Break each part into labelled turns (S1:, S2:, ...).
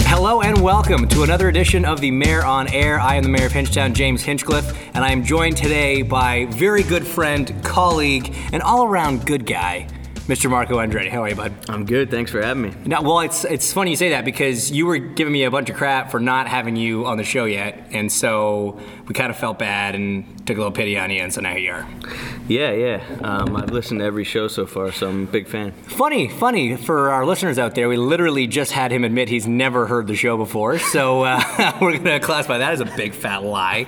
S1: Hello and welcome to another edition of the Mayor on Air. I am the Mayor of Hinchtown, James Hinchcliffe, and I am joined today by very good friend, colleague, and all around good guy, Mr. Marco Andretti. How are you, bud?
S2: I'm good. Thanks for having me.
S1: No, well, it's it's funny you say that because you were giving me a bunch of crap for not having you on the show yet, and so we kind of felt bad and took a little pity on you, and so now here you are.
S2: Yeah, yeah. Um, I've listened to every show so far, so I'm a big fan.
S1: Funny, funny for our listeners out there. We literally just had him admit he's never heard the show before, so uh, we're going to classify that as a big fat lie.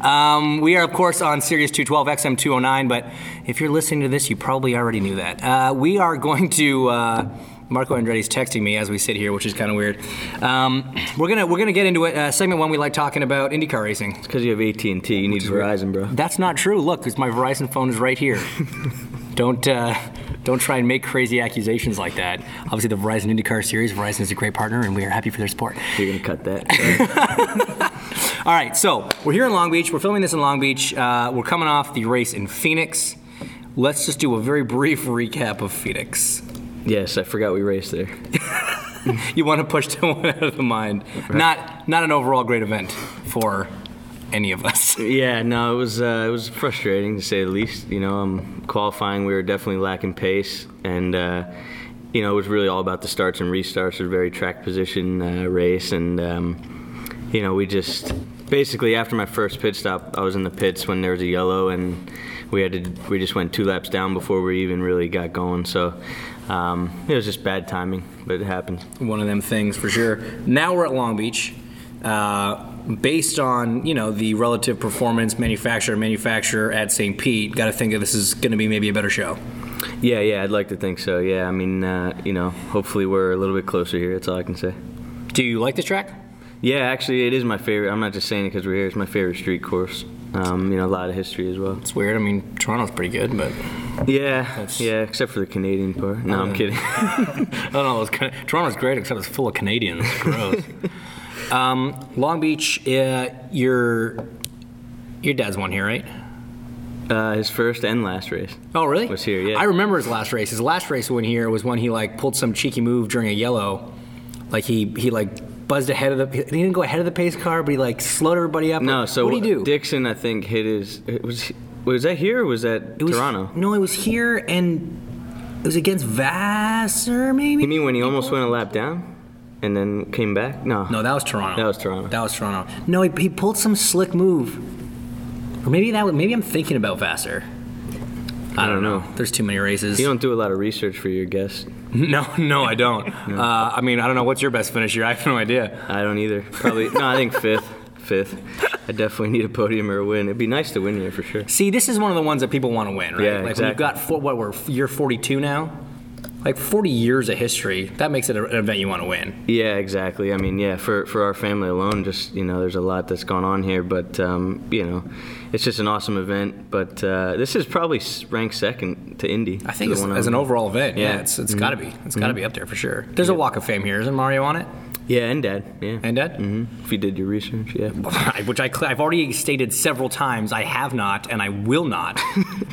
S1: Um, we are, of course, on Sirius 212 XM 209, but if you're listening to this, you probably already knew that. Uh, we are going to. Uh, Marco Andretti's texting me as we sit here, which is kind of weird. Um, we're gonna we're gonna get into it. Uh, segment one, we like talking about IndyCar racing.
S2: Because you have AT&T, you need Verizon, bro.
S1: That's not true. Look, 'cause my Verizon phone is right here. don't uh, don't try and make crazy accusations like that. Obviously, the Verizon IndyCar series, Verizon is a great partner, and we are happy for their support.
S2: You're gonna cut that.
S1: All right, so we're here in Long Beach. We're filming this in Long Beach. Uh, we're coming off the race in Phoenix. Let's just do a very brief recap of Phoenix.
S2: yes, I forgot we raced there.
S1: You want to push someone out of the mind. Not not an overall great event for any of us.
S2: Yeah, no, it was uh, it was frustrating to say the least. You know, um, qualifying we were definitely lacking pace, and uh, you know it was really all about the starts and restarts. It was a very track position uh, race, and um, you know we just basically after my first pit stop, I was in the pits when there was a yellow, and we had to we just went two laps down before we even really got going. So um, it was just bad timing, but it happened.
S1: One of them things for sure. Now we're at Long Beach. Uh, based on you know the relative performance, manufacturer manufacturer at St. Pete, got to think that this is going to be maybe a better show.
S2: Yeah, yeah, I'd like to think so. Yeah, I mean, uh, you know, hopefully we're a little bit closer here. That's all I can say.
S1: Do you like this track?
S2: Yeah, actually, it is my favorite. I'm not just saying it because we're here. It's my favorite street course. Um, you know, a lot of history as well.
S1: It's weird. I mean, Toronto's pretty good, but
S2: Yeah,
S1: That's-
S2: yeah, except for the Canadian part. No, I'm kidding.
S1: I don't know. It's kind of, Toronto's great, except it's full of Canadians. Gross. um, Long Beach, uh, your your dad's won here, right?
S2: Uh, his first and last race.
S1: Oh, really?
S2: Was here, yeah.
S1: I remember his last race. His last race when here was when he like pulled some cheeky move during a yellow, like he he like buzzed ahead of the. He didn't go ahead of the pace car, but he like slowed everybody up.
S2: No, so
S1: what did he do?
S2: Dixon, I think, hit his. It was was that here or was that
S1: It was-
S2: Toronto?
S1: No, it was here and it was against Vassar, maybe.
S2: You mean when he almost went a lap down and then came back? No.
S1: No, that was Toronto.
S2: That was Toronto.
S1: That was Toronto. No, he, he pulled some slick move, or maybe that. was- Maybe I'm thinking about Vassar. I don't know. There's too many races.
S2: You don't do a lot of research for your guests.
S1: No, no, I don't. uh, I mean, I don't know what's your best finish here. I have no idea.
S2: I don't either. Probably. no, I think fifth. Fifth. I definitely need a podium or a win. It'd be nice to win here for sure.
S1: See, this is one of the ones that people want to win, right?
S2: Yeah,
S1: like
S2: exactly.
S1: we've got four, what we're year 42 now, like 40 years of history. That makes it an event you want to win.
S2: Yeah, exactly. I mean, yeah, for for our family alone, just you know, there's a lot that's gone on here, but um, you know, it's just an awesome event. But uh, this is probably s- ranked second to Indy.
S1: I think
S2: to
S1: as,
S2: the one
S1: as an
S2: I'm-
S1: overall event, yeah,
S2: Yeah. Mm-hmm.
S1: it's it's got to be it's got to be up there for sure. There's a Walk of Fame here, isn't Mario on it?
S2: Yeah, and Dad. Yeah.
S1: And Dad,
S2: hmm If you did your research, yeah.
S1: which I cl- I've already stated several times, I have not and I will not.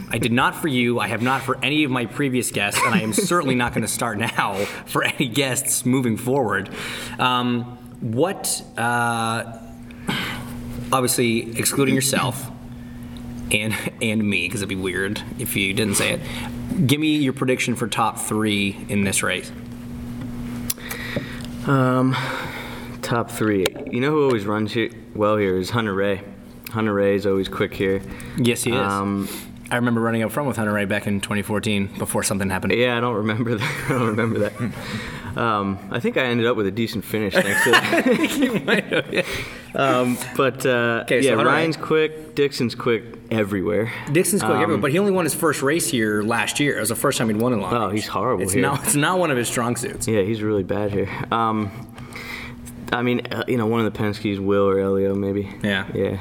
S1: I did not for you. I have not for any of my previous guests, and I am certainly not going to start now for any guests moving forward. Um, what, uh, obviously, excluding yourself and and me, because it'd be weird if you didn't say it. Give me your prediction for top three in this race.
S2: Um, Top three. You know who always runs here well here is Hunter Ray. Hunter Ray is always quick here.
S1: Yes, he is.
S2: Um,
S1: I remember running up front with Hunter Ray back in 2014 before something happened.
S2: Yeah, I don't remember that. I don't remember that. Um, I think I ended up with a decent finish thanks to that. Um, but uh,
S1: Okay, so
S2: yeah,
S1: Hunter Ray.
S2: Ryan's quick, Dixon's quick everywhere.
S1: Dixon's quick, everyone, but he only won his first race here last year. It was the first time he'd won in Long
S2: Oh,
S1: Beach.
S2: he's horrible
S1: It's
S2: here.
S1: not, it's not one of his strong suits.
S2: Yeah, he's really bad here. Um, I mean, uh, you know, one of the Penske's Will or Elio, maybe.
S1: Yeah.
S2: Yeah.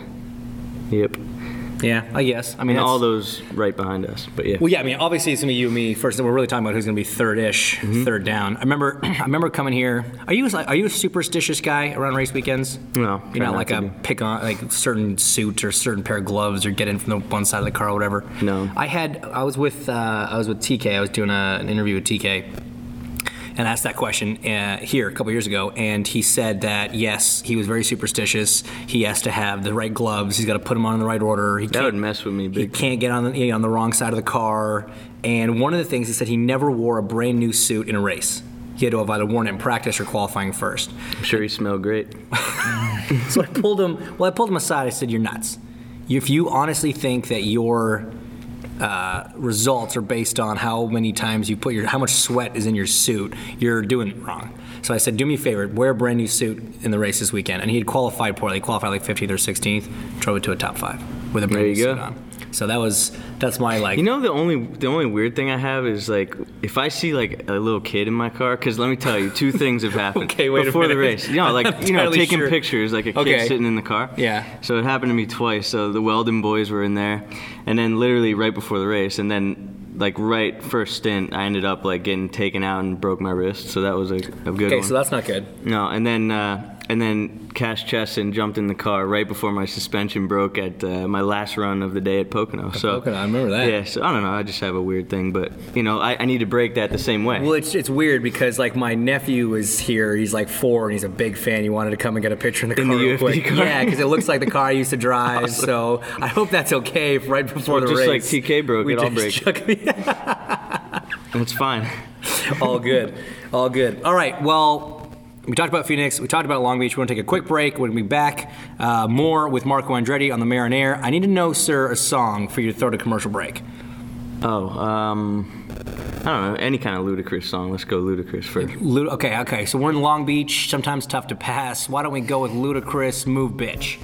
S2: Yep. And
S1: Yeah, I guess. I mean,
S2: all
S1: all the.
S2: those right behind us. But yeah.
S1: Well, yeah. I mean, obviously it's gonna be you and me first. And we're really talking about who's gonna be third-ish,
S2: Mm-hmm.
S1: third down. I remember, I remember coming here. Are you are you a superstitious guy around race weekends?
S2: No, try
S1: You're not
S2: not
S1: like
S2: to
S1: a
S2: be.
S1: pick on like certain suit or certain pair of gloves or get in from the one side of the car or whatever.
S2: No.
S1: I had I was with uh, I was with TK. I was doing a, an interview with TK. and asked that question uh, here a couple years ago, and he said that yes, he was very superstitious. He has to have the right gloves. He's got to put them on in the right order. He
S2: That would mess with me
S1: He
S2: big time.
S1: can't get on the, you know, on the wrong side of the car. And one of the things he said he never wore a brand new suit in a race. He had to have either worn it in practice or qualifying first.
S2: I'm sure he smelled great.
S1: So I pulled him. Well, I pulled him aside. I said, "You're nuts. If you honestly think that your uh, results are based on how many times you put your, how much sweat is in your suit, you're doing it wrong." So I said, "Do me a favor. Wear a brand new suit in the race this weekend." And he had qualified poorly. He qualified like 15th or 16th. Drove it to a top five with a brand
S2: There
S1: new
S2: you
S1: suit
S2: go.
S1: on. So that was that's my like.
S2: You know the only the only weird thing I have is like if I see like a little kid in my car because let me tell you two things have happened
S1: Okay, wait a
S2: before the
S1: minute.
S2: race you know
S1: I'm
S2: like you know
S1: entirely
S2: taking
S1: sure.
S2: pictures like a kid
S1: Okay.
S2: sitting in the car
S1: Yeah.
S2: so it happened to me twice so the Weldon boys were in there and then literally right before the race and then like right first stint I ended up like getting taken out and broke my wrist so that was a, a good
S1: okay,
S2: one.
S1: so that's not good.
S2: No, and then uh, and then Cash Chesson jumped in the car right before my suspension broke at uh, my last run of the day at Pocono. so
S1: Pocono, I remember that.
S2: Yeah, so I don't know. I just have a weird thing, but you know, I, I need to break that the same way.
S1: Well, it's, it's weird because like my nephew is here. He's like four and he's a big fan. He wanted to come and get a picture in the
S2: In
S1: car
S2: the
S1: real
S2: UFD
S1: quick.
S2: car.
S1: Yeah, because it looks like the car I used to drive. So I hope that's okay for right before the
S2: just like
S1: race.
S2: TK broke
S1: we
S2: it, I'll
S1: just chuck-
S2: That's fine.
S1: all good, all good. All right. Well, we talked about Phoenix. We talked about Long Beach. We're gonna take a quick break. We're gonna be back uh, more with Marco Andretti on the Marinair. I need to know, sir, a song for you to throw to commercial break.
S2: Oh, um, I don't know. Any kind of ludicrous song. Let's go ludicrous first.
S1: Lud- okay, okay. So we're in Long Beach. Sometimes tough to pass. Why don't we go with Ludacris? Move, bitch.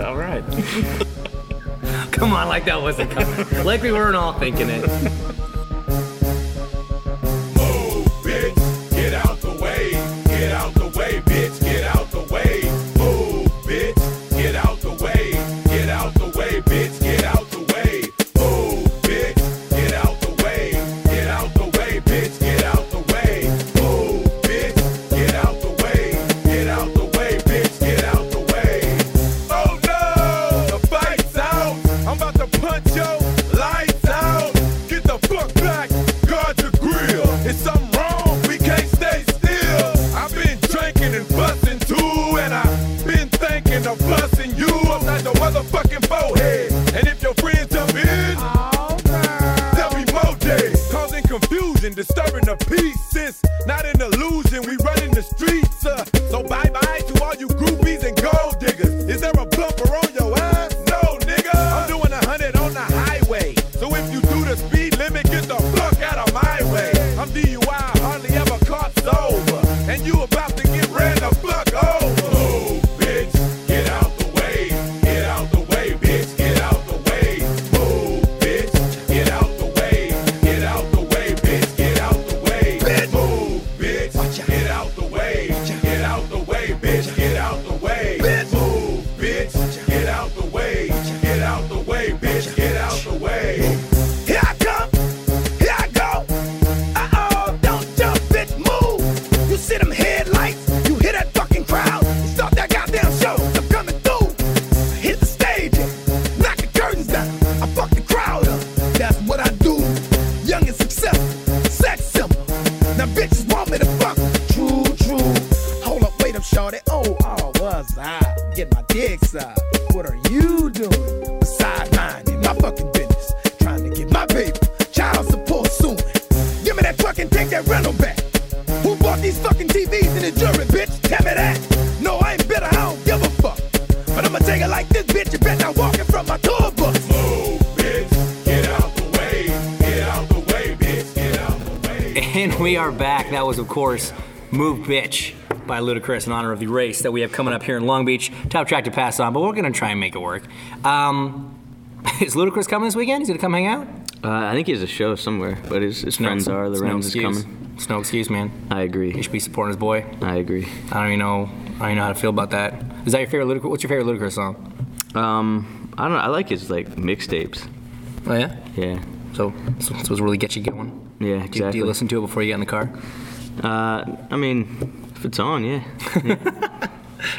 S3: All right.
S1: Come on, like that wasn't coming. like we weren't all thinking it.
S4: Move, bitch, get out the way. Get out the way, bitch, get out the way. Move, bitch, get out the way. Get out the way, bitch, get out the way. Move, bitch, get out the way. Get out the way, bitch, get out the way. Move, bitch, get out the way. Get out the way, bitch, get out the way. Oh no, the fight's out. I'm about to punch your lights out. Get the fuck back, guard the grill. If something wrong, we can't stay still. I've been drinking and busting too, and I've been thinking of busting you. I'm not the motherfucking bowhead. And if your friends jump in, tell me more days. Causing confusion, disturbing the peace. Since not an illusion, we running the streets. Uh, so bye bye to all you groupies and gold diggers. Is there a bumper on your ass? No, nigga. I'm doing a hundred on the highway. So if you do the speed limit, get the fuck out of my way. I'm DUI, hardly ever caught sober. And you about to get ran the fuck over. Move, bitch, get out the way. Get out the way, bitch, get out the way. Move, bitch, get out the way. Get out the way, bitch, get out the way. Move, bitch, get out the way. Get out the way, bitch, get out the way. Move, bitch, get out the way. Get out the way, bitch, get out the way. Here I come, here I go. Uh-oh, don't jump, bitch, move. You see them headlights, you hear that fucking crowd. Stop that goddamn show, I'm coming through. I hit the stage, knock the curtains down. I fuck the crowd up, that's what I do. Young and successful, sex symbol. Now bitches want me to fuck. True, true. Hold up, wait up, shorty. Oh, oh, was I? Get my dick sucked. What are you doing? Besides mine, in my fucking business. Trying to get my paper, child support soon. Give me that fucking take that rental back. Who bought these fucking TVs in the jury, bitch? Tell me that. No, I ain't bitter, I don't give a fuck. But I'ma take it like this, bitch. You bet not walking from my tour bus. Move, bitch. Get out the way. Get out the way, bitch. Get out the way.
S1: And we are back. That was, of course, Move Bitch by Ludacris in honor of the race that we have coming up here in Long Beach. Tough track to pass on, but we're going to try and make it work. Um, is Ludacris coming this weekend? He's going to come hang out?
S2: Uh, I think he has a show somewhere, but his, his
S1: it's-
S2: friends are. The
S1: it's no
S2: Rams is
S1: excuse.
S2: coming.
S1: It's no excuse, man.
S2: I
S1: He
S2: agree.
S1: should be supporting his boy.
S2: I agree.
S1: I don't even know. I don't even know how to feel about that. Is that your favorite Ludacris? What's your favorite Ludacris song?
S2: Um, I don't. know. I like his like mixtapes.
S1: Oh yeah.
S2: Yeah.
S1: So this this was really get you going. Do,
S2: Yeah.
S1: you-
S2: Exactly.
S1: do you listen to it before you get in the car?
S2: Uh, I mean, if it's on, yeah.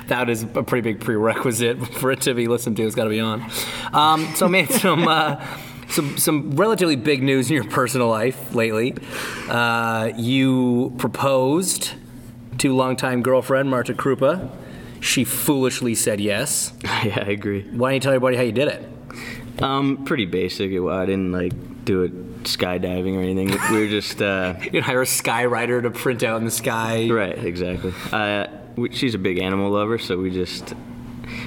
S1: that is a pretty big prerequisite for it to be listened to. It's got to be on. Um, so, man, some uh, some some relatively big news in your personal life lately. Uh, you proposed to longtime girlfriend Marta Krupa. She foolishly said yes.
S2: yeah, I agree.
S1: Why don't you tell everybody how you did it?
S2: Um, pretty basic. It, I didn't like do it skydiving or anything. We were just uh,
S1: You could hire a skywriter to print out in the sky.
S2: right, exactly. Uh, we, she's a big animal lover, so we just.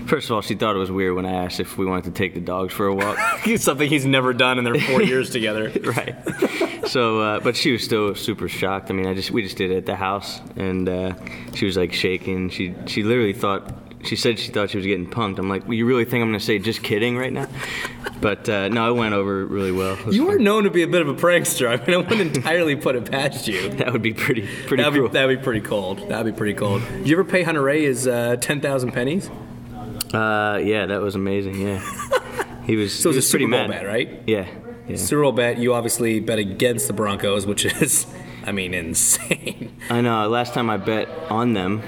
S2: First of all, she thought it was weird when I asked if we wanted to take the dogs for a walk.
S1: Something he's never done in their four years together.
S2: right. So, uh, but she was still super shocked. I mean, I just we just did it at the house, and uh, she was like shaking. She she literally thought she said she thought she was getting punked. I'm like, well, you really think I'm gonna say just kidding right now? But uh, no, it went over really well. It was
S1: You
S2: fun.
S1: are known to be a bit of a prankster. I mean, I wouldn't entirely put it past you.
S2: that would be pretty pretty
S1: That'd
S2: cool.
S1: be, that'd be pretty cold. That'd be pretty cold. Did you ever pay Hunter Ray his uh, 10,000 pennies?
S2: uh, yeah, that was amazing. Yeah, he was.
S1: So it was
S2: he
S1: a
S2: was pretty
S1: Super Bowl
S2: mad.
S1: bet, right?
S2: Yeah. Yeah.
S1: Super Bowl bet, you obviously bet against the Broncos, which is, I mean, insane.
S2: I know. Last time I bet on them,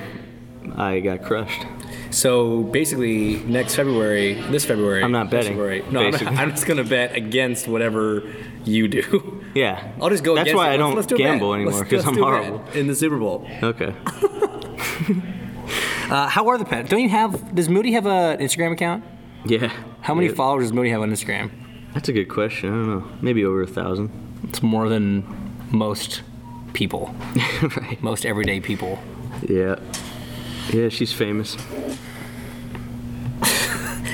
S2: I got crushed.
S1: So basically, next February, this February.
S2: I'm not
S1: this
S2: betting,
S1: February, no, I'm,
S2: basically.
S1: I'm just going to bet against whatever you do.
S2: Yeah.
S1: I'll just go
S2: That's
S1: against it.
S2: why I
S1: Let's-
S2: don't
S1: let's do a bet.
S2: gamble anymore
S1: Let's-
S2: because
S1: let's
S2: I'm
S1: do a bet
S2: horrible.
S1: In the Super Bowl.
S2: Okay.
S1: Uh, how are the pets? Don't you have, does Moody have an Instagram account?
S2: Yeah.
S1: How many
S2: Yeah.
S1: followers does Moody have on Instagram?
S2: That's a good question. I don't know. Maybe over a thousand.
S1: It's more than most people,
S2: right.
S1: most everyday people.
S2: Yeah. Yeah, she's famous.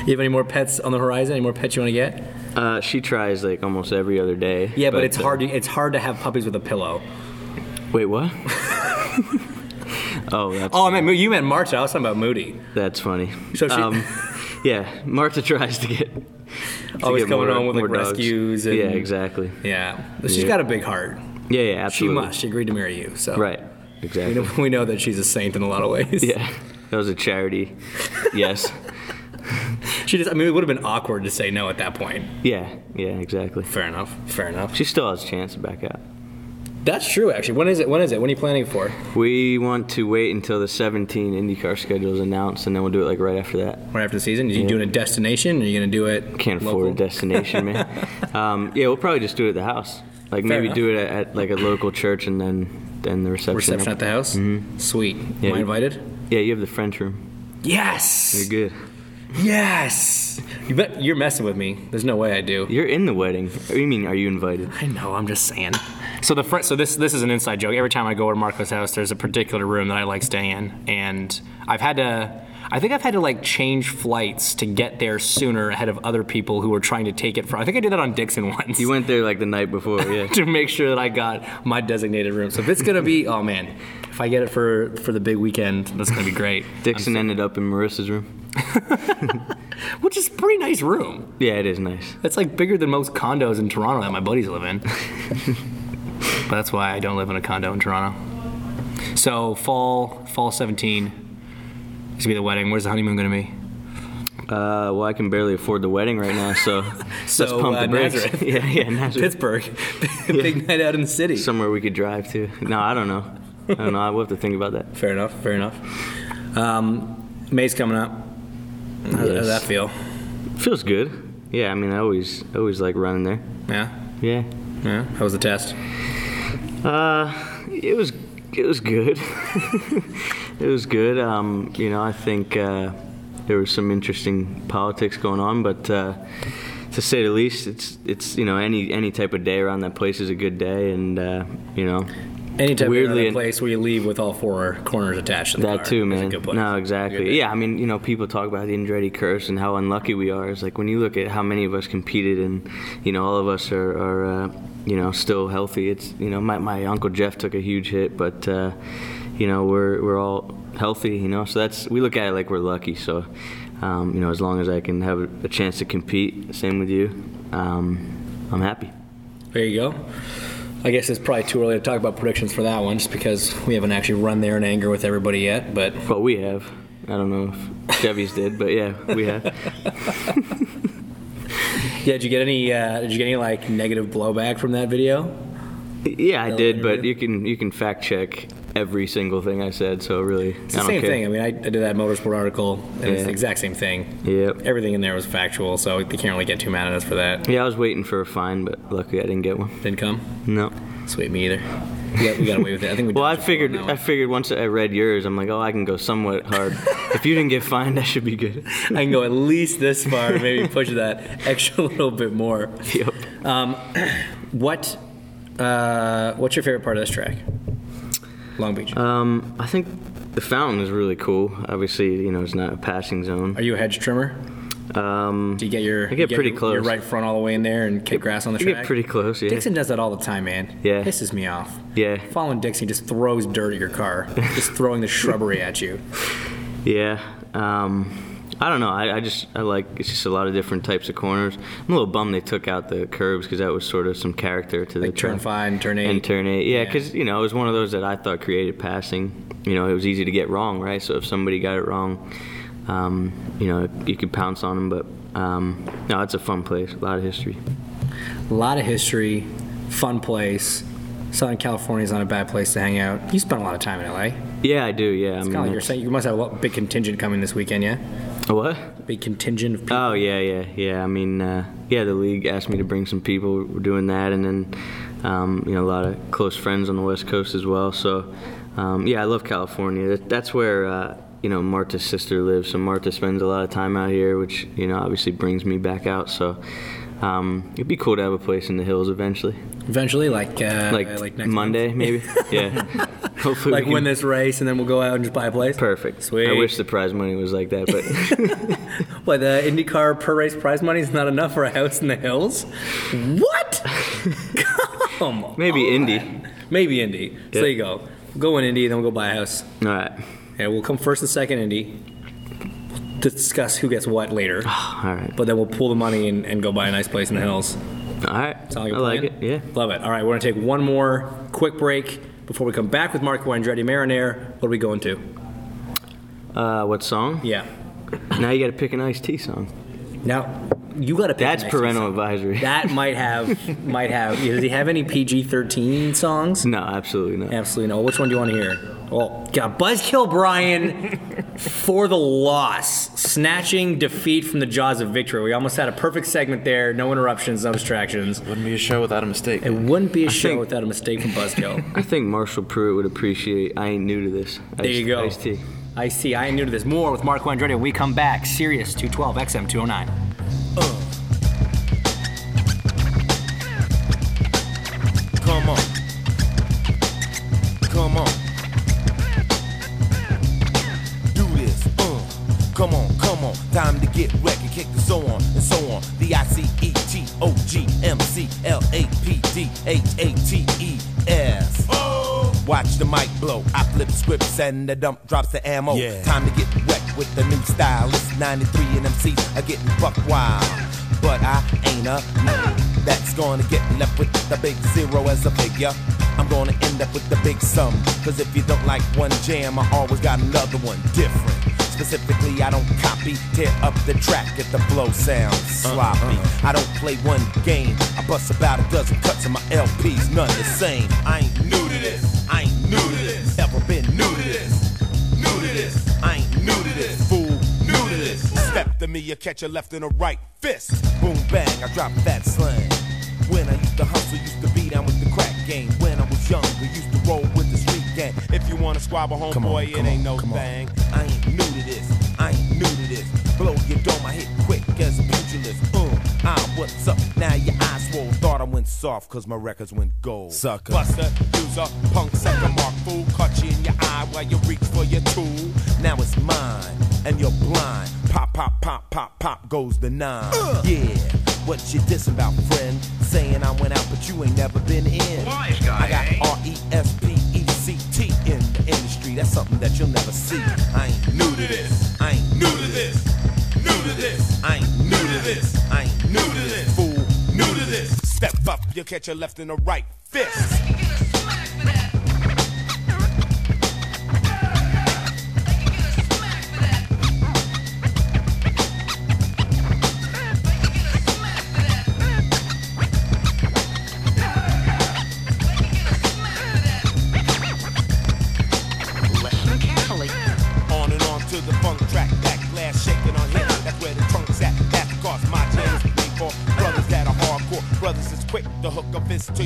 S1: You have any more pets on the horizon? Any more pets you want to get?
S2: Uh, she tries like almost every other day.
S1: Yeah, but, it's
S2: uh,
S1: hard. To, it's hard to have puppies with a pillow.
S2: Wait, what? oh, that's
S1: Oh, I meant Mo- you meant Marta. I was talking about Moody.
S2: that's funny. Um,
S1: So she-
S2: yeah, Martha tries to get to
S1: Always
S2: get
S1: coming
S2: more-
S1: home with, like,
S2: more dogs.
S1: rescues and-
S2: yeah, exactly.
S1: Yeah, she's
S2: Yeah.
S1: got a big heart.
S2: Yeah, yeah,
S1: She
S2: absolutely.
S1: must. She agreed to marry you. So
S2: Right.
S1: We
S2: Exactly.
S1: know, we know that she's a saint in a lot of ways.
S2: Yeah. That was a charity. yes.
S1: She just. I mean, it would have been awkward to say no at that point.
S2: Yeah. Yeah. Exactly.
S1: Fair enough. Fair enough.
S2: She still has a chance to back out.
S1: That's true. Actually, when is it? When is it? When are you planning for?
S2: We want to wait until the 17 IndyCar schedule is announced, and then we'll do it like right after that.
S1: Right after the season? Are you doing a destination? Are you going to do it?
S2: Can't afford
S1: local?
S2: a destination, man. um, yeah, we'll probably just do it at the house. Like maybe
S1: enough.
S2: do it at, at like a local church, and then then the reception.
S1: reception at the house. Sweet.
S2: Yeah.
S1: Am I invited?
S2: yeah, you have the French room.
S1: Yes.
S2: You're good.
S1: Yes. You bet. You're messing with me. There's no way I do.
S2: You're in the wedding. What do you mean? Are you invited?
S1: I know. I'm just saying. So the front. So this this is an inside joke. Every time I go over to Marco's house, there's a particular room that I like staying in, and I've had to. I think I've had to like change flights to get there sooner ahead of other people who were trying to take it from. I think I did that on Dixon once.
S2: You went there like the night before. Yeah.
S1: to make sure that I got my designated room. So if it's gonna be, oh man, if I get it for for the big weekend, that's gonna be great.
S2: Dixon ended up in Marissa's room.
S1: Which is a pretty nice room.
S2: Yeah, it is nice.
S1: That's like bigger than most condos in Toronto that my buddies live in. but that's why I don't live in a condo in Toronto. So fall fall 17 is gonna be the wedding. Where's the honeymoon gonna be?
S2: Uh, well, I can barely afford the wedding right now, so, let's
S1: So,
S2: pump
S1: uh,
S2: the brakes.
S1: Nazareth.
S2: yeah, yeah, Nazareth.
S1: Pittsburgh. Big night out in the city.
S2: somewhere we could drive to. No, I don't know. I don't know. I will have to think about that.
S1: fair enough. Fair enough. Um, May's coming up. How, how does
S2: Yes.
S1: that feel?
S2: Feels good. Yeah, I mean, I always I always like running there.
S1: Yeah.
S2: Yeah.
S1: Yeah. How was the test?
S2: Uh, it was it was good. it was good. Um, you know, I think uh, there was some interesting politics going on, but uh, to say the least, it's it's you know any any type of day around that place is a good day, and uh, you know.
S1: Anytime
S2: Weirdly
S1: Weirdly,
S2: en-
S1: you're in a place where you leave with all four corners attached to the
S2: That
S1: car
S2: too,
S1: is a
S2: man.
S1: good place.
S2: No,
S1: Good
S2: exactly.
S1: day.
S2: Yeah, I mean, you know, people talk about the Andretti curse and how unlucky we are. It's like when you look at how many of us competed, and you know, all of us are, are uh, you know, still healthy. It's you know, my, my uncle Jeff took a huge hit, but uh, you know, we're we're all healthy. You know, so that's we look at it like we're lucky. So, um, you know, as long as I can have a, a chance to compete, same with you, um, I'm happy.
S1: There you go. I guess it's probably too early to talk about predictions for that one, just because we haven't actually run there in anger with everybody yet. But
S2: But we have. I don't know if Chevy's did, but yeah, we have.
S1: yeah, did you get any? Uh, did you get any like negative blowback from that video?
S2: Yeah, I
S1: That
S2: did, but
S1: interview?
S2: you can you can fact check every single thing I said. So really,
S1: It's the
S2: I don't
S1: same
S2: care.
S1: thing. I mean, I, I did that motorsport article, and it's
S2: Yeah.
S1: the exact same thing.
S2: Yep.
S1: Everything in there was factual, so they can't really get too mad at us for that.
S2: Yeah, I was waiting for a fine, but luckily I didn't get one.
S1: Didn't come.
S2: No.
S1: Sweet, me either. Yeah, we got away with it. I think we.
S2: Well, I
S1: dodged a bullet on
S2: figured
S1: that
S2: I
S1: one.
S2: figured once I read yours, I'm like, oh, I can go somewhat hard. if you didn't get fined, I should be good.
S1: I can go at least this far, maybe push that extra little bit more.
S2: Yep.
S1: Um, what uh, what's your favorite part of this track? Long Beach.
S2: Um, I think the fountain is really cool. Obviously, you know, it's not a passing zone.
S1: Are you a hedge trimmer?
S2: Um,
S1: Do you get your
S2: I get
S1: you
S2: pretty
S1: your,
S2: close.
S1: your right front all the way in there and kick grass on the
S2: I
S1: track?
S2: get pretty close. Yeah.
S1: Dixon does that all the time, man.
S2: Yeah.
S1: Pisses me off.
S2: Yeah.
S1: Following Dixon just throws dirt at your car, just throwing the shrubbery at you.
S2: Yeah. Um, I don't know. I, I just I like it's just a lot of different types of corners. I'm a little bummed they took out the curves because that was sort of some character to
S1: Like
S2: the
S1: turn
S2: track.
S1: five and turn eight.
S2: and turn eight. Yeah,
S1: Yeah.
S2: because you know it was one of those that I thought created passing. You know, it was easy to get wrong, right? So if somebody got it wrong, um, you know, you could pounce on them. But um, no, it's a fun place. A lot of history.
S1: A lot of history, fun place. Southern California's not a bad place to hang out. You spent a lot of time in LA. It's
S2: Yeah, I do. Yeah, it's I mean,
S1: kind of like you're
S2: that's-
S1: saying you must have a lot, big contingent coming this weekend, yeah?
S2: What?
S1: Big contingent of people.
S2: Oh yeah, yeah, yeah. I mean, uh, yeah, the league asked me to bring some people. We're doing that, and then um, you know a lot of close friends on the West Coast as well. So um, yeah, I love California. That, that's where uh, you know Marta's sister lives. So Marta spends a lot of time out here, which you know obviously brings me back out. So. Um, it'd be cool to have a place in the hills eventually,
S1: Eventually, like uh,
S2: like,
S1: month.
S2: Monday maybe. yeah, hopefully.
S1: Like
S2: we
S1: win
S2: can-
S1: this race, and then we'll go out and just buy a place.
S2: Perfect.
S1: Sweet.
S2: I wish the prize money was like that, but
S1: Why the uh, IndyCar per race prize money is not enough for a house in the hills? What? Come on.
S2: maybe Indy.
S1: Maybe Indy. So
S2: Yeah.
S1: there you go. Go in Indy, then we'll go buy a house.
S2: All right,
S1: And we'll come first and second Indy. Discuss who gets what later.
S2: all right,
S1: But then we'll pull the money and, and go buy a nice place in the hills.
S2: all right.
S1: Sound like a
S2: I like it.
S1: plan?
S2: Yeah.
S1: Love it. All right, we're going to take one more quick break before we come back with Mark Andretti Marinaire. What are we going to?
S2: Uh, what song?
S1: Yeah.
S2: Now you got to pick an Ice T song.
S1: Now, you got to pick.
S2: That's
S1: the next
S2: parental
S1: song.
S2: advisory.
S1: That might have, might have. Does he have any PG 13 songs?
S2: no, absolutely not.
S1: Absolutely no. Which one do you want to hear? Oh, God. Buzzkill Brian for the loss. Snatching defeat from the jaws of victory. We almost had a perfect segment there. No interruptions, no distractions.
S5: Wouldn't be a show without a mistake.
S1: It wouldn't be a show
S2: think-
S1: without a mistake from Buzzkill.
S2: I think Marshall Pruitt would appreciate. I ain't new to this.
S1: there you go.
S2: Ice T.
S1: I see. I am new to this. More with Mark Andretti. when We come back. Sirius 212 XM 209.
S5: Come on. Come on.
S4: do this. Uh. Come on, come on, time to get wrecked and kick the so on and so on. The I C E T O G M C L A P D H A T E S. Watch the mic blow. I flip scripts and the dump drops the ammo.
S5: Yeah.
S4: Time to get wrecked with the new style. It's 93 and MCs are getting buck wild. But I ain't a nine. That's gonna get left with the big zero as a figure. I'm gonna end up with the big sum. Cause if you don't like one jam, I always got another one different. Specifically, I don't copy, tear up the track if the flow sounds sloppy. I don't play one game, I bust about a dozen cuts and my LPs, none the same. I ain't new to this, I ain't new to this, ever been new to this, new to this, I ain't new to this, fool, new to this. Step to me, you catch a left and a right fist. Boom bang, I drop that slang. When I used to hustle, used to be down with the crack game. When I was young, we used to roll with the street gang. If you wanna squabble,
S5: Come on,
S4: homeboy, it
S5: come
S4: ain't
S5: on,
S4: no
S5: come on.
S4: thing. I ain't new to this. I ain't new to this. Blow your dome, I hit quick as a pugilist. Uh, ah, what's up? Now your eyes roll. Thought I went soft, cause my records went gold.
S5: Sucker.
S4: Buster, user, punk, sucker, mark, fool. Caught you in your eye while you reach for your tool. Now it's mine, and you're blind. Pop, pop, pop, pop, pop goes the nine.
S5: Uh.
S4: Yeah, what you dissing about, friend? Saying I went out, but you ain't never been in. Wise guy, I got R E S P E C T in the industry. That's something that you'll never see. I ain't new to this. I ain't new to this. New to this. I ain't new to this. I ain't new to this. Fool, new to this. Step up, you'll catch a left and a right fist.
S6: They can get a smack for that. They can get a smack for that. They can get a smack for that. They can get a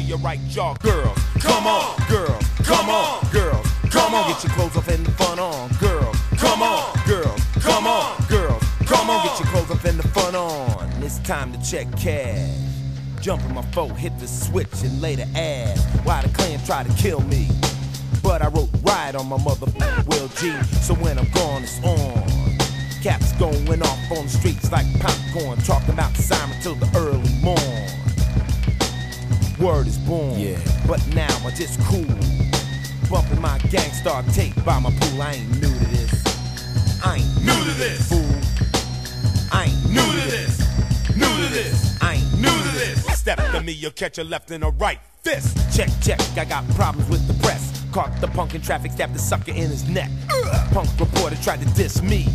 S4: your right jaw. Girls, come on. Girls, come on. Girls, come on. Get your clothes off and the fun on. Girls, come on. Girls, come on. Girls, come on. Get your clothes off and the fun on. It's time to check cash. Jump in my foe, hit the switch, and lay the ass. Why the clan try to kill me? But I wrote ride on my mother Will G. So when I'm gone, it's on. Caps going off on the streets like popcorn. Talking about Simon till the early morn. Word is born. Yeah. But now I just cool. Bumping my gangstar tape by my pool. I ain't new to this. I ain't new to this. Fool. I ain't new to this. New to this. I ain't new to this. Step to me, you'll catch a left and a right fist. Check, check. I got problems with the press. Caught the punk in traffic, stabbed the sucker in his neck. Punk reporter tried to diss me.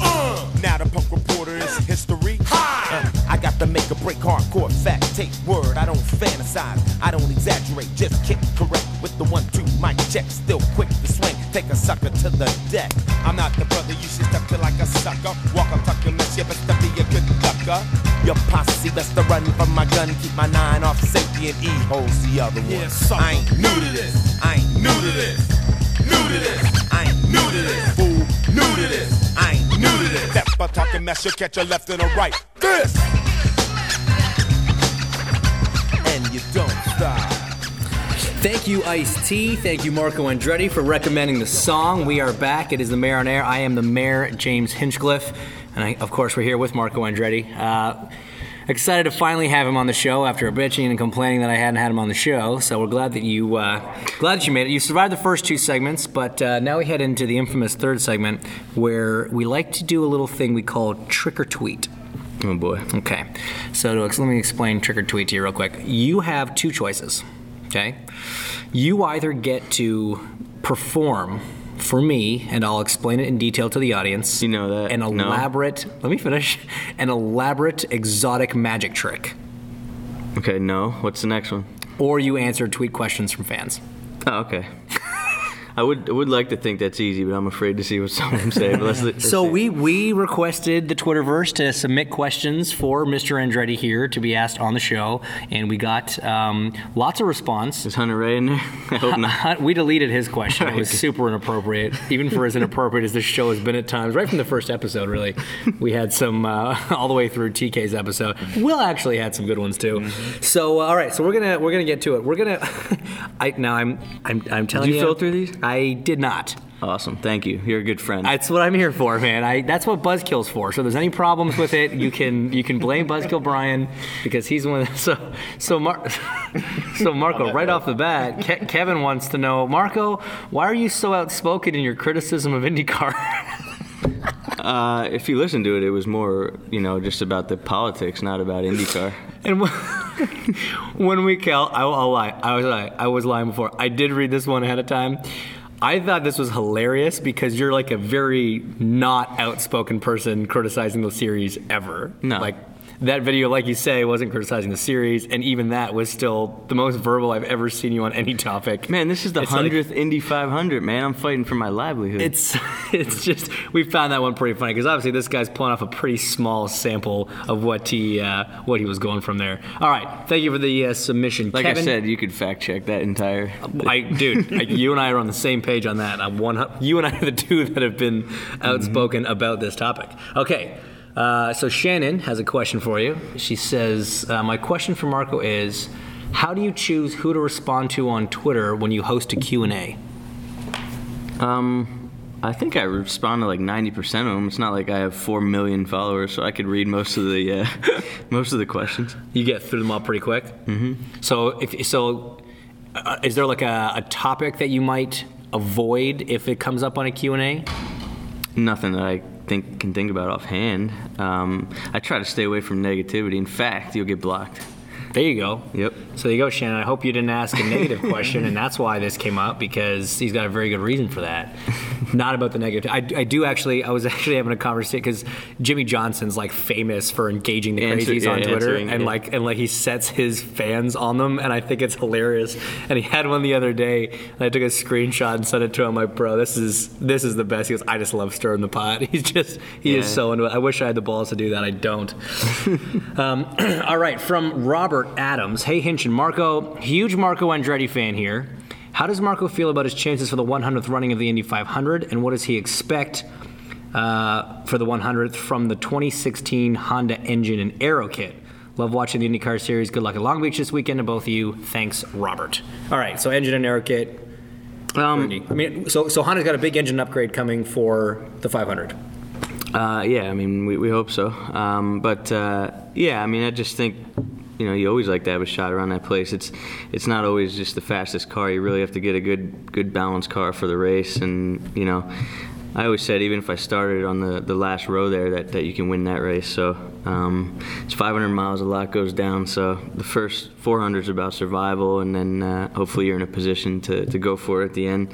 S4: Now the punk reporter is history. Uh, I got to make a break hardcore fact. Take word, I don't fantasize. I don't exaggerate. Just kick correct with the one, two, mic check. Still quick to swing. Take a sucker to the deck. I'm not the brother you should step to like a sucker. Walk up, tuck your mess, you best to be a good ducker. Your posse best to run from my gun. Keep my nine off safety and E holds the other one. I ain't new to this. I ain't new to this. New to this. I ain't new to this. Fool, new to this. I ain't new to this. Step up, tuck your mess, you catch a left and a right. This and you don't stop.
S1: Thank you, Ice T. Thank you, Marco Andretti, for recommending the song. We are back. It is the Mayor on Air. I am the Mayor, James Hinchcliffe, and I, of course, we're here with Marco Andretti. Uh, excited to finally have him on the show after bitching and complaining that I hadn't had him on the show. So we're glad that you uh, glad that you made it. You survived the first two segments, but uh, now we head into the infamous third segment, where we like to do a little thing we call trick or tweet.
S2: Oh boy.
S1: Okay, so to, let me explain trick or tweet to you real quick. You have two choices. Okay, you either get to perform for me, and I'll explain it in detail to the audience.
S2: You know that,
S1: an
S2: no?
S1: elaborate. Let me finish. An elaborate exotic magic trick,
S2: Okay, no. What's the next one?
S1: or you answer tweet questions from fans.
S2: Oh, okay. I would I would like to think that's easy, but I'm afraid to see what some of them say. But let's, let's
S1: So
S2: see.
S1: we we requested the Twitterverse to submit questions for Mr. Andretti here to be asked on the show, and we got um, lots of response.
S2: is Hunter Ray in there? I hope not.
S1: Hunt, Uh, we deleted his question. It was super inappropriate, even for as inappropriate as this show has been at times. Right from the first episode, really, we had some uh, all the way through TK's episode. Will actually had some good ones too. So uh, all right, so we're gonna we're gonna get to it. We're gonna. I now I'm I'm I'm telling
S2: you
S1: you.
S2: filter these?
S1: I did not.
S2: Awesome. Thank you. You're a good friend.
S1: That's what I'm here for, man. I, that's what Buzzkill's for. So if there's any problems with it, you can you can blame Buzzkill Brian because he's the one. That, so so Mar- so Marco, right off the bat, Ke- Kevin wants to know, Marco, why are you so outspoken in your criticism of IndyCar?
S2: Uh, if you listen to it, it was more, you know, just about the politics, not about IndyCar.
S1: and when, when we cal, I, I'll lie. I was lying. I was lying before. I did read this one ahead of time. I thought this was hilarious because you're like a very not outspoken person criticizing the series ever.
S2: No.
S1: Like that video, like you say, wasn't criticizing the series, and even that was still the most verbal I've ever seen you on any topic.
S2: Man, this is the
S1: It's like-
S2: hundredth Indy 500. Man, I'm fighting for my livelihood.
S1: it's it's just we found that one pretty funny because obviously this guy's pulling off a pretty small sample of what he uh, what he was going from there. All right, thank you for the uh, submission,
S2: like
S1: Kevin.
S2: I said, you could fact check that entire.
S1: I, dude, I, you and I are on the same page on that. I'm one. hu- You and I are the two that have been outspoken about this topic. Okay. Uh, so Shannon has a question for you. She says, uh, "My question for Marco is, how do you choose who to respond to on Twitter when you host a Q and A?"
S2: Um, I think I respond to like 90% of them. It's not like I have four million followers, so I could read most of the uh, most of the questions.
S1: You get through them all pretty quick. Mm-hmm. So, if so, uh, is there like a, a topic that you might avoid if it comes up on a Q and A?
S2: Nothing that I think can think about offhand. Um, I try to stay away from negativity. In fact, you'll get blocked.
S1: There you go.
S2: Yep.
S1: So there you go, Shannon. I hope you didn't ask a negative question, and that's why this came up because he's got a very good reason for that. not about the negative. I, I do actually. I was actually having a conversation because Jimmy Johnson's like famous for engaging the
S2: Answer-
S1: crazies
S2: yeah,
S1: on Twitter
S2: answering,
S1: and
S2: yeah.
S1: like and like he sets his fans on them, and I think it's hilarious. And he had one the other day, and I took a screenshot and sent it to him. like, bro, this is this is the best. He goes, I just love stirring the pot. He's just he is
S2: Yeah.
S1: so into it. I wish I had the balls to do that. I don't. Um, all right, from Robert Adams. Hey, Hinch and Marco. Huge Marco Andretti fan here. How does Marco feel about his chances for the 100th running of the Indy 500, and what does he expect uh, for the 100th from the 2016 Honda engine and aero kit? Love watching the IndyCar series. Good luck at Long Beach this weekend to both of you. Thanks, Robert. All right, so engine and aero kit.
S2: Um,
S1: I mean, so, so Honda's got a big engine upgrade coming for the 500.
S2: Uh, yeah, I mean, we, we hope so. Um, but uh, yeah, I mean, I just think you know you always like to have a shot around that place. It's it's not always just the fastest car. You really have to get a good good balanced car for the race, and you know. I always said, even if I started on the, the last row there, that, that you can win that race. So um, it's 500 miles, a lot goes down. So the first 400 is about survival, and then uh, hopefully you're in a position to, to go for it at the end.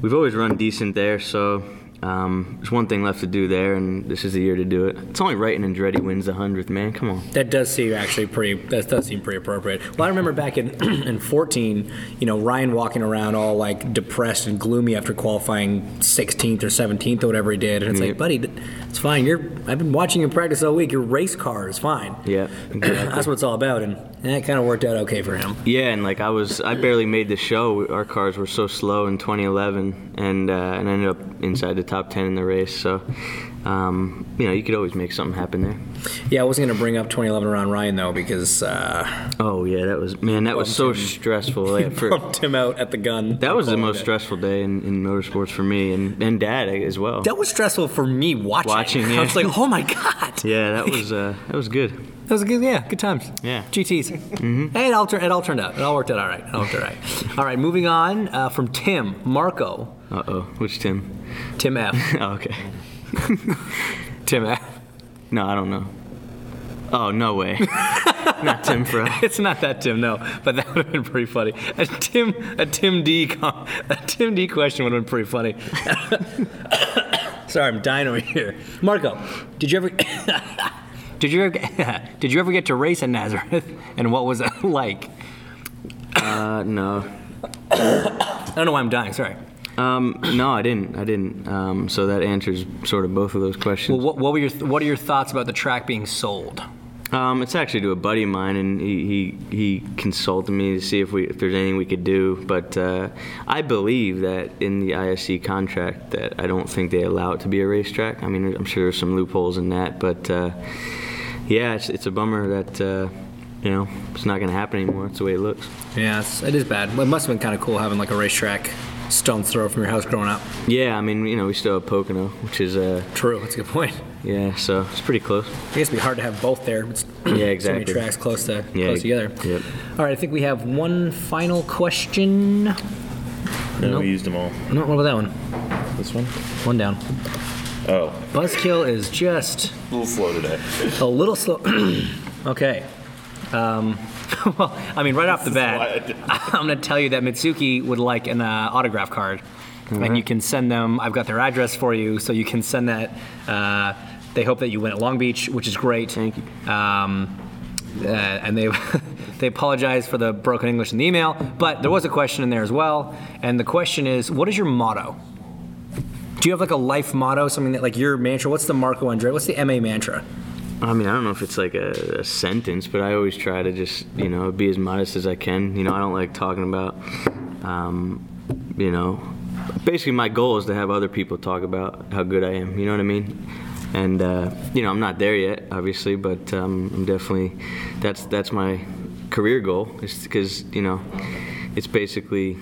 S2: We've always run decent there, so um, there's one thing left to do there, and this is the year to do it. It's only right and Andretti wins the hundredth, man. Come on.
S1: That does seem actually pretty. That does seem pretty appropriate. Well, I remember back in in fourteen, you know, Ryan walking around all like depressed and gloomy after qualifying sixteenth or seventeenth or whatever he did, and it's like,
S2: Yeah.
S1: buddy, th- it's fine. You're I've been watching you practice all week. Your race car is fine.
S2: Yeah,
S1: that's what it's all about, and that kind of worked out okay for him.
S2: Yeah, and like I was, I barely made the show. Our cars were so slow in 2011, and uh, and I ended up inside the top 10 in the race. So, um, you know, you could always make something happen there.
S1: Yeah, I wasn't gonna bring up twenty eleven around Ryan though because uh,
S2: Oh yeah, that was man, that was so
S1: Bumped him.
S2: stressful. Like, for-
S1: bumped him out at the gun.
S2: that was the
S1: Followed
S2: most
S1: it.
S2: stressful day in, in motorsports for me, and and Dad as well.
S1: That was stressful for me watching.
S2: Watching,
S1: I
S2: yeah.
S1: was like, oh my god.
S2: Yeah, that was uh, that was good.
S1: That was a good, yeah, good times.
S2: Yeah.
S1: GTs. Mm-hmm. It all turned, it all turned out. It all worked out all right. It all worked out all right. All right, moving on uh, from Tim Marco,
S2: Uh oh, which Tim?
S1: Tim F,
S2: Oh, okay.
S1: Tim F.
S2: No, I don't know. Oh, no way. Not Tim Farrell.
S1: It's not that Tim, no, but that would have been pretty funny. A Tim, a Tim D, com- a Tim D question would have been pretty funny. Sorry, I'm dying over here. Marco, did you ever? Did you ever, did you ever get to race at Nazareth, and what was it like?
S2: Uh, no.
S1: I don't know why I'm dying. Sorry.
S2: Um, no, I didn't. I didn't. Um, so that answers sort of both of those questions.
S1: Well, what, what were your what are your thoughts about the track being sold?
S2: Um, it's actually to a buddy of mine, and he, he, he consulted me to see if we if there's anything we could do. But uh, I believe that in the ISC contract that I don't think they allow it to be a racetrack. I mean, I'm sure there's some loopholes in that, but uh, yeah, it's, it's a bummer that uh, you know it's not going to happen anymore. It's the way it looks.
S1: Yeah, it's, it is bad. It must have been kind of cool having like a racetrack stone's throw from your house growing up.
S2: Yeah, I mean, you know, we still have Pocono, which is uh,
S1: True, that's a good point.
S2: yeah, so it's pretty close.
S1: I guess it'd be hard to have both there. It's So
S2: Yeah,
S1: many
S2: exactly.
S1: tracks close to
S2: Yeah,
S1: close together.
S2: yep.
S1: All right, I think we have one final question. No,
S5: No,
S1: Nope.
S5: we used them all.
S1: what about that one?
S5: This one?
S1: One down.
S5: Oh.
S1: Buzzkill is just
S5: A little slow today.
S1: a little slow. okay. Um, well, I mean, right off the bat, I'm going to tell you that Mitsuki would like an uh, autograph card, and you can send them. I've got their address for you, so you can send that. Uh, they hope that you win at Long Beach, which is great.
S2: Thank you.
S1: Um, uh, and they they apologize for the broken English in the email, but there was a question in there as well, and the question is, what is your motto? Do you have like a life motto, something that like your mantra? What's the Marco Andre? What's the MA mantra?
S2: I mean, I don't know if it's like a, a sentence, but I always try to just, you know, be as modest as I can. You know, I don't like talking about, um, you know, basically my goal is to have other people talk about how good I am. You know what I mean? And uh, you know, I'm not there yet, obviously, but um, I'm definitely that's that's my career goal. Is because you know, it's basically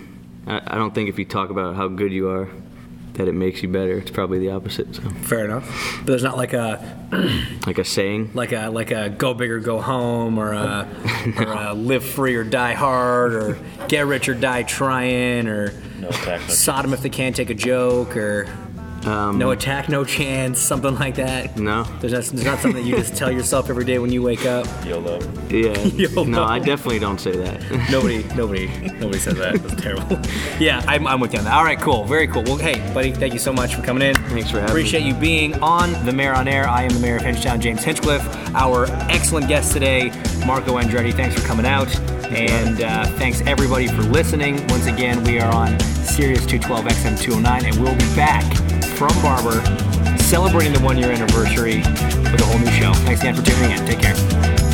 S2: I, I don't think if you talk about how good you are, that it makes you better. It's probably the opposite. So,
S1: Fair enough. But there's not like a
S2: like a saying.
S1: like a like a go big or go home or a, or a live free or die hard or get rich or die trying or
S5: No attack.
S1: sodom if they can't take a joke or no attack, no chance, something like that.
S2: No.
S1: There's not, there's not something that you just tell yourself every day when you wake up.
S5: YOLO.
S2: Yeah.
S1: Yo,
S2: no,
S1: no.
S2: I definitely don't say that.
S1: Nobody, nobody, nobody says that. That's terrible. yeah, I'm, I'm with you on that. All right, cool. Very cool. Well, hey, buddy, thank you so much for coming in.
S2: Thanks for having me.
S1: Appreciate you being on The Mayor on Air. I am the Mayor of Hinchtown, James Hinchcliffe. Our excellent guest today, Marco Andretti, thanks for coming out. And uh, thanks everybody for listening. Once again, we are on Sirius 212 XM 209, and we'll be back from Barber celebrating the one year anniversary with a whole new show. Thanks again for tuning in. Take care.